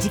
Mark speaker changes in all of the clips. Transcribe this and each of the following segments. Speaker 1: 時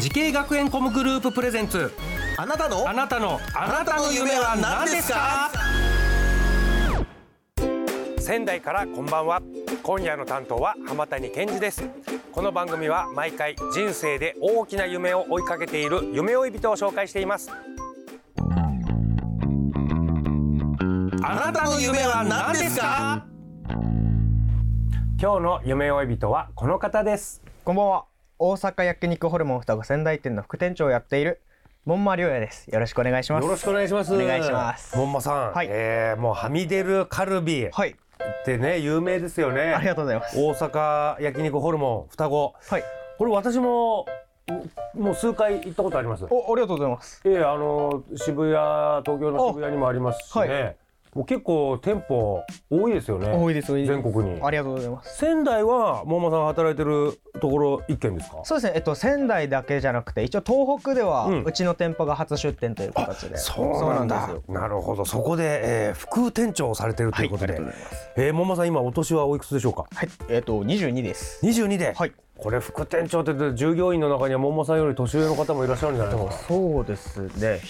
Speaker 2: 時系学園コムグループプレゼンツ
Speaker 3: あなたの
Speaker 2: あなたのあなたの夢は何ですか
Speaker 4: 仙台からこんばんは今夜の担当は浜谷健二ですこの番組は毎回人生で大きな夢を追いかけている夢追い人を紹介しています
Speaker 2: あなたの夢は何ですか
Speaker 4: 今日の夢追い人はこの方です
Speaker 5: こんばんは。大阪焼肉ホルモン双子仙台店の副店長をやっている門馬亮也です。よろしくお願いします。
Speaker 4: よろしくお願いします
Speaker 5: お願いします
Speaker 4: 門馬さん、
Speaker 5: はい
Speaker 4: えーもうはみ出るカルビっ
Speaker 5: はい、
Speaker 4: てね有名ですよね
Speaker 5: ありがとうございます。
Speaker 4: 大阪焼肉ホルモン双子
Speaker 5: はい。
Speaker 4: これ私ももう数回行ったことあります
Speaker 5: お、ありがとうございます。
Speaker 4: ええあの渋谷東京の渋谷にもありますしね、
Speaker 5: は
Speaker 4: もう結構店舗多いですよね
Speaker 5: 多いです。多いです
Speaker 4: 全国に
Speaker 5: ありがとうございます。
Speaker 4: 仙台は桃間さんが働いてるところ一軒ですか
Speaker 5: そうですね。えっと仙台だけじゃなくて、一応東北では
Speaker 4: うん
Speaker 5: うちの店舗が初出店という形で。そうなんですよ。
Speaker 4: なるほどそこで、えー、副店長をされてるということで、
Speaker 5: はいありが
Speaker 4: えー、桃間さん今お年はおいくつでしょうか
Speaker 5: はい。えっと二十二です。
Speaker 4: 22で、
Speaker 5: はい。
Speaker 4: これ副店長って言って従業員の中には桃間さんより年上の方もいらっしゃるんじゃないですか
Speaker 5: そうですね。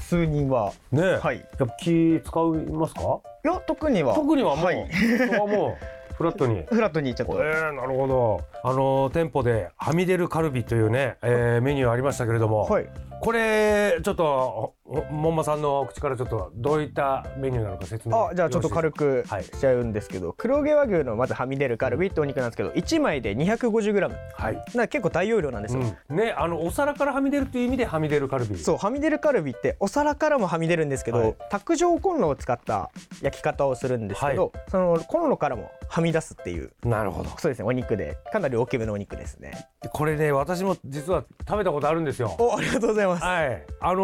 Speaker 5: 数人は。
Speaker 4: ねえ、
Speaker 5: はい
Speaker 4: やっぱ気使いますか
Speaker 5: いや特には。
Speaker 4: 特にはもう、
Speaker 5: はい
Speaker 4: そこはもう フラットに
Speaker 5: フラットにちょっ
Speaker 4: え
Speaker 5: と。
Speaker 4: ー、なるほどあの店舗ではみ出るカルビというね、えー、メニューありましたけれども、
Speaker 5: はい。
Speaker 4: これちょっとお門馬さんの口からちょっとどういったメニューなのか説明
Speaker 5: あじゃあちょっと軽く
Speaker 4: はい
Speaker 5: しちゃうんですけど、黒毛和牛のまずはみ出るカルビってお肉なんですけど1枚で 250g なん
Speaker 4: はい、
Speaker 5: か結構大容量なんですよ、
Speaker 4: うん、ねあのお皿からはみ出るという意味ではみ出るカルビ
Speaker 5: そうはみ出るカルビってお皿からもはみ出るんですけど、
Speaker 4: はい
Speaker 5: 卓上コンロを使った焼き方をするんですけど、そのコンロからもはみ出すっていう
Speaker 4: なるほど
Speaker 5: そうですねお肉でかなり大きめのお肉ですね
Speaker 4: これね私も実は食べたことあるんですよ
Speaker 5: おありがとうございます、
Speaker 4: はい、あの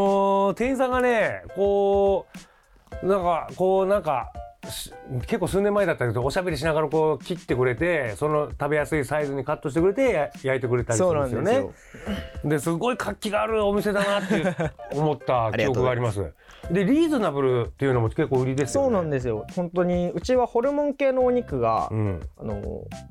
Speaker 4: ー店員さんがね、こう、なんか、こう、なんか。し結構数年前だったけどおしゃべりしながらこう切ってくれてその食べやすいサイズにカットしてくれてや焼いてくれたりす
Speaker 5: そう
Speaker 4: る
Speaker 5: なんんです
Speaker 4: ですよね
Speaker 5: よ
Speaker 4: ですごい活気があるお店だなっていう思っ た記憶がありますでリーズナブルっていうのも結構売りですよね
Speaker 5: そうなんですよ本当にうちはホルモン系のお肉が、
Speaker 4: うん
Speaker 5: あの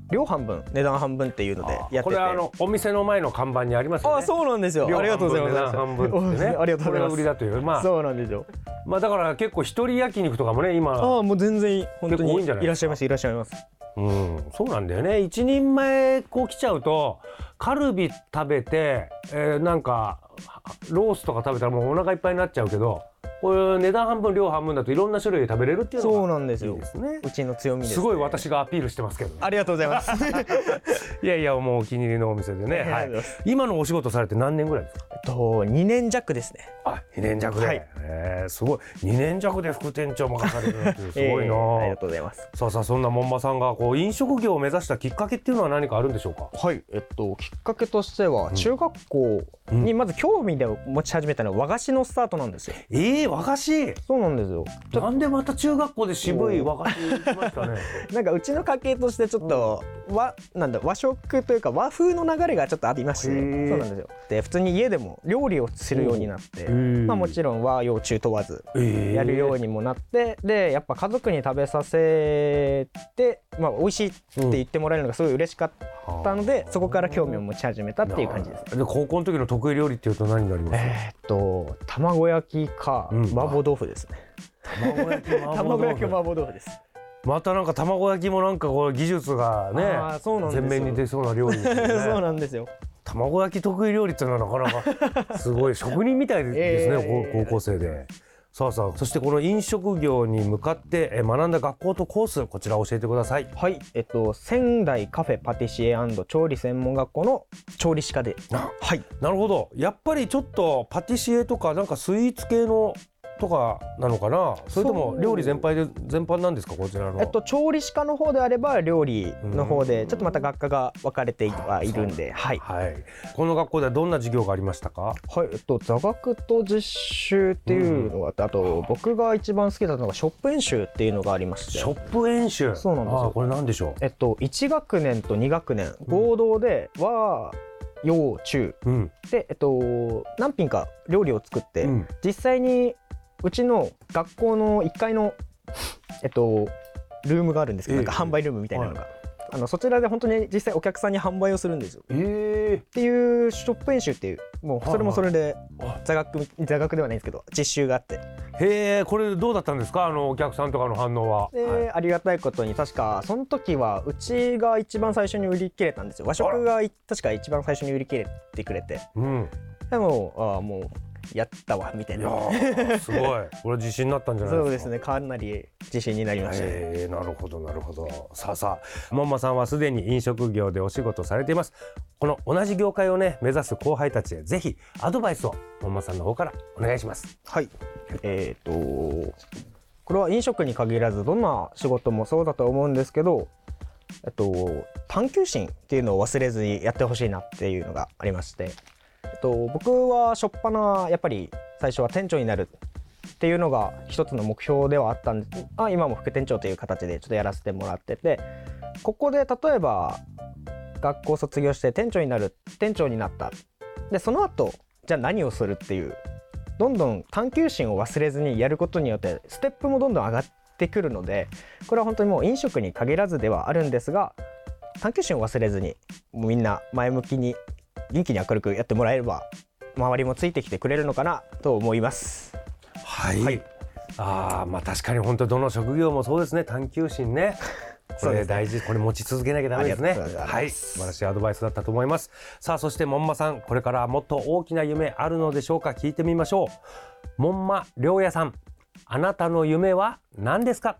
Speaker 5: 量半分値段半分っていうのでやってて
Speaker 4: これはあのお店の前の看板にありますよね
Speaker 5: あ、そうなんですよ。
Speaker 4: 量
Speaker 5: ありがとうございます。
Speaker 4: 半分値段半分ってね
Speaker 5: ありがとうございます。
Speaker 4: これが売りだというまあ
Speaker 5: そうなんですよ。
Speaker 4: まあだから結構一人焼肉とかもね今
Speaker 5: ああ、もう全然本当
Speaker 4: 結構多い
Speaker 5: に
Speaker 4: んじゃない
Speaker 5: いらっしゃいます。いらっしゃいます。
Speaker 4: うん、そうなんだよね一人前こう来ちゃうとカルビ食べて、えーなんかはロースとか食べたらもうお腹いっぱいになっちゃうけどこれ値段半分量半分だといろんな種類食べれるっていうのが
Speaker 5: そうなんですよ
Speaker 4: いいですね
Speaker 5: うちの強みです、
Speaker 4: すごい。私がアピールしてますけどね、
Speaker 5: ありがとうございます。
Speaker 4: いやいやもうお気に入りのお店でね、は
Speaker 5: あ
Speaker 4: い
Speaker 5: りがとうございます、
Speaker 4: 今のお仕事されて何年ぐらいですか
Speaker 5: えっと二年弱ですね。
Speaker 4: あ2年弱で、
Speaker 5: はい
Speaker 4: えーすごい2年弱で副店長も任されてるっていうすごいな、
Speaker 5: えーありがとうございます。
Speaker 4: さあさあそんな門馬さんがこう飲食業を目指したきっかけっていうのは何かあるんでしょうか
Speaker 5: はい、えっときっかけとしては
Speaker 4: ん
Speaker 5: 中学校にまず興味で持ち始めたのは和菓子のスタートなんですよ。
Speaker 4: えー、和菓子
Speaker 5: そうなんですよ。
Speaker 4: なんでまた中学校で渋い和菓子来ま したね。
Speaker 5: なんかうちの家系としてちょっと和なんだ和食というか和風の流れがちょっとありまして、
Speaker 4: へー
Speaker 5: そうなんですよで普通に家でも料理をするようになって、まあ、もちろん和洋中問わずやるようにもなって、でやっぱ家族に食べさせて、まあ、美味しいって言ってもらえるのがすごい嬉しかったので、そこから興味を持ち始めたっていう感じです。
Speaker 4: す。で高校の時の得意料理っていうと何になります？
Speaker 5: えーっと卵焼きか
Speaker 4: うん
Speaker 5: 麻婆豆腐ですね、
Speaker 4: 卵 焼き
Speaker 5: 卵焼き麻婆豆 腐です
Speaker 4: またなんか卵焼きもなんかこう技術がね
Speaker 5: あーそうなんですよ
Speaker 4: 前面に出そうな料理ですね。
Speaker 5: そうなんですよ
Speaker 4: 卵焼き得意料理っていうのはなか なかすごい職人みたいですね、
Speaker 5: ええ
Speaker 4: 高高校生で。さあさあそしてこの飲食業に向かってえー学んだ学校とコースこちら教えてください。
Speaker 5: はい、えっと、仙台カフェパティシエ調理専門学校の調理師科で。はい、
Speaker 4: なるほどやっぱりちょっとパティシエとかなんかスイーツ系のとかなのかなそれとも料理全般で全般なんですかこちらの、
Speaker 5: えっと、調理師科の方であれば料理の方で、ちょっとまた学科が分かれてはいるんで、はい、
Speaker 4: はいこの学校ではどんな授業がありましたか
Speaker 5: はい、えっと、座学と実習っていうのがあって、あと僕が一番好きだったのがショップ演習っていうのがありまして
Speaker 4: ショップ演習
Speaker 5: そうなんですよ
Speaker 4: あーこれなんでしょ
Speaker 5: えっと、1学年と2学年合同で和洋中
Speaker 4: ううん
Speaker 5: で、えっと、何品か料理を作って、
Speaker 4: うん
Speaker 5: 実際にうちの学校の1階の、えっと、ルームがあるんですけど、
Speaker 4: ええ
Speaker 5: なんか販売ルームみたいなのが、あのそちらで本当に実際お客さんに販売をするんですよ。
Speaker 4: え
Speaker 5: っていうショップ演習っていうもうそれもそれで
Speaker 4: はいはい
Speaker 5: 座学座学ではないんですけど実習があって
Speaker 4: ー、へえこれどうだったんですかあのお客さんとかの反応は、
Speaker 5: で、
Speaker 4: はい
Speaker 5: ありがたいことに確かその時はうちが一番最初に売り切れたんですよ和食が確か一番最初に売り切れてくれて
Speaker 4: うん
Speaker 5: でもああもうやったわみたい
Speaker 4: い
Speaker 5: な
Speaker 4: や ーすごいこれ自信になったんじゃないですか
Speaker 5: そうですねかなり自信になりましたね、
Speaker 4: えーなるほどなるほどさあさあ門馬さんはすでに飲食業でお仕事されていますこの同じ業界をね目指す後輩たちへぜひアドバイスを門馬さんの方からお願いします
Speaker 5: はいえっ、とこれは飲食に限らずどんな仕事もそうだと思うんですけどえっと探求心っていうのを忘れずにやってほしいなっていうのがありまして、えっと、僕は初っ端なやっぱり最初は店長になるっていうのが一つの目標ではあったんですあ今も副店長という形でちょっとやらせてもらっててここで例えば学校卒業して店長になる店長になったでその後じゃあ何をするっていうどんどん探求心を忘れずにやることによってステップもどんどん上がってくるのでこれは本当にもう飲食に限らずではあるんですが探求心を忘れずにもうみんな前向きに元気に明るくやってもらえれば周りもついてきてくれるのかなと思います。
Speaker 4: はい、あーまあ確かに本当どの職業もそうですね探求心 ねこ
Speaker 5: そうで
Speaker 4: れ
Speaker 5: すね
Speaker 4: 大事、これ持ち続けなきゃダメですね
Speaker 5: ありがとうございます
Speaker 4: はい素晴らしいアドバイスだったと思いますさあそして門馬さんこれからもっと大きな夢あるのでしょうか聞いてみましょう門馬良也さんあなたの夢は何ですか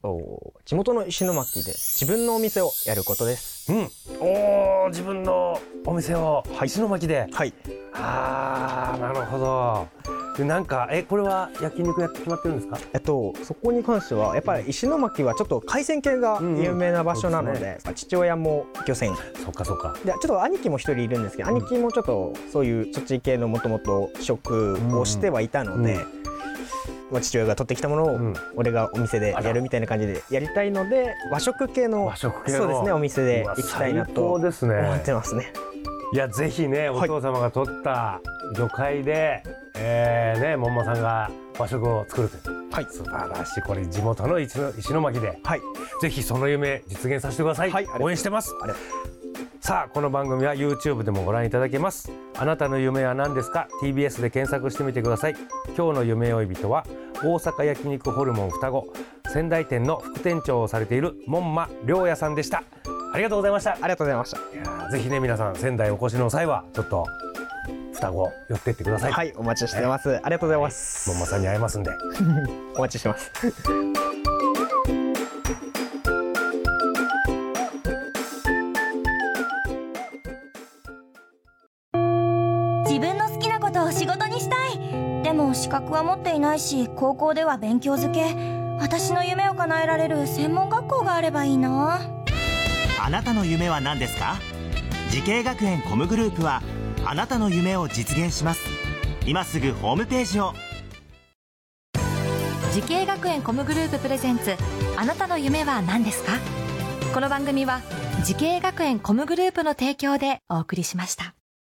Speaker 5: お地元の石巻で自分のお店をやることです。
Speaker 4: うん、おー自分のお店を石巻で、
Speaker 5: はい、
Speaker 4: ああなるほどでなんかえこれは焼肉やって決まってるんですか
Speaker 5: えっと、そこに関してはやっぱり石巻はちょっと海鮮系が有名な場所なの
Speaker 4: うんうんそう
Speaker 5: で、父親も漁船
Speaker 4: そっかそっか
Speaker 5: でちょっと兄貴も一人いるんですけど、兄貴もちょっとそういうそっち系のもともと食をしてはいたので、
Speaker 4: うん
Speaker 5: まあ、父親が取ってきたものを
Speaker 4: うん
Speaker 5: 俺がお店でやるみたいな感じでやりたいので和食系の
Speaker 4: 和食系の
Speaker 5: そうですねお店で行きたいなと
Speaker 4: うわ最高ですね
Speaker 5: 思ってますね。
Speaker 4: いやぜひねお
Speaker 5: はい
Speaker 4: 父様が取った魚介で、えーね門馬さんが和食を作るという
Speaker 5: はい
Speaker 4: 素晴らしいこれ地元の石の石巻で
Speaker 5: はい
Speaker 4: ぜひその夢実現させてください、
Speaker 5: はいありがとう
Speaker 4: 応援してます
Speaker 5: ありが
Speaker 4: さあこの番組は YouTube でもご覧いただけますあなたの夢は何ですか TBS で検索してみてください今日の夢追い人は大阪焼肉ホルモン双子仙台店の副店長をされている門馬良也さんでしたありがとうございました
Speaker 5: ありがとうございました。
Speaker 4: いやーぜひね皆さん仙台お越しの際はちょっと双子寄ってってください、
Speaker 5: はい、お待ちしてます。ありがとうございます。
Speaker 4: 門馬さんに会えますんで
Speaker 5: お待ちしてます。
Speaker 6: 自分の好きなことを仕事にしたいでも資格は持っていないし高校では勉強づけ私の夢を叶えられる専門学校があればいいな
Speaker 3: あなたの夢は何ですか時系学園コムグループはあなたの夢を実現します今すぐホームページを
Speaker 1: 時系学園コムグループプレゼンツあなたの夢は何ですかこの番組は時系学園コムグループの提供でお送りしました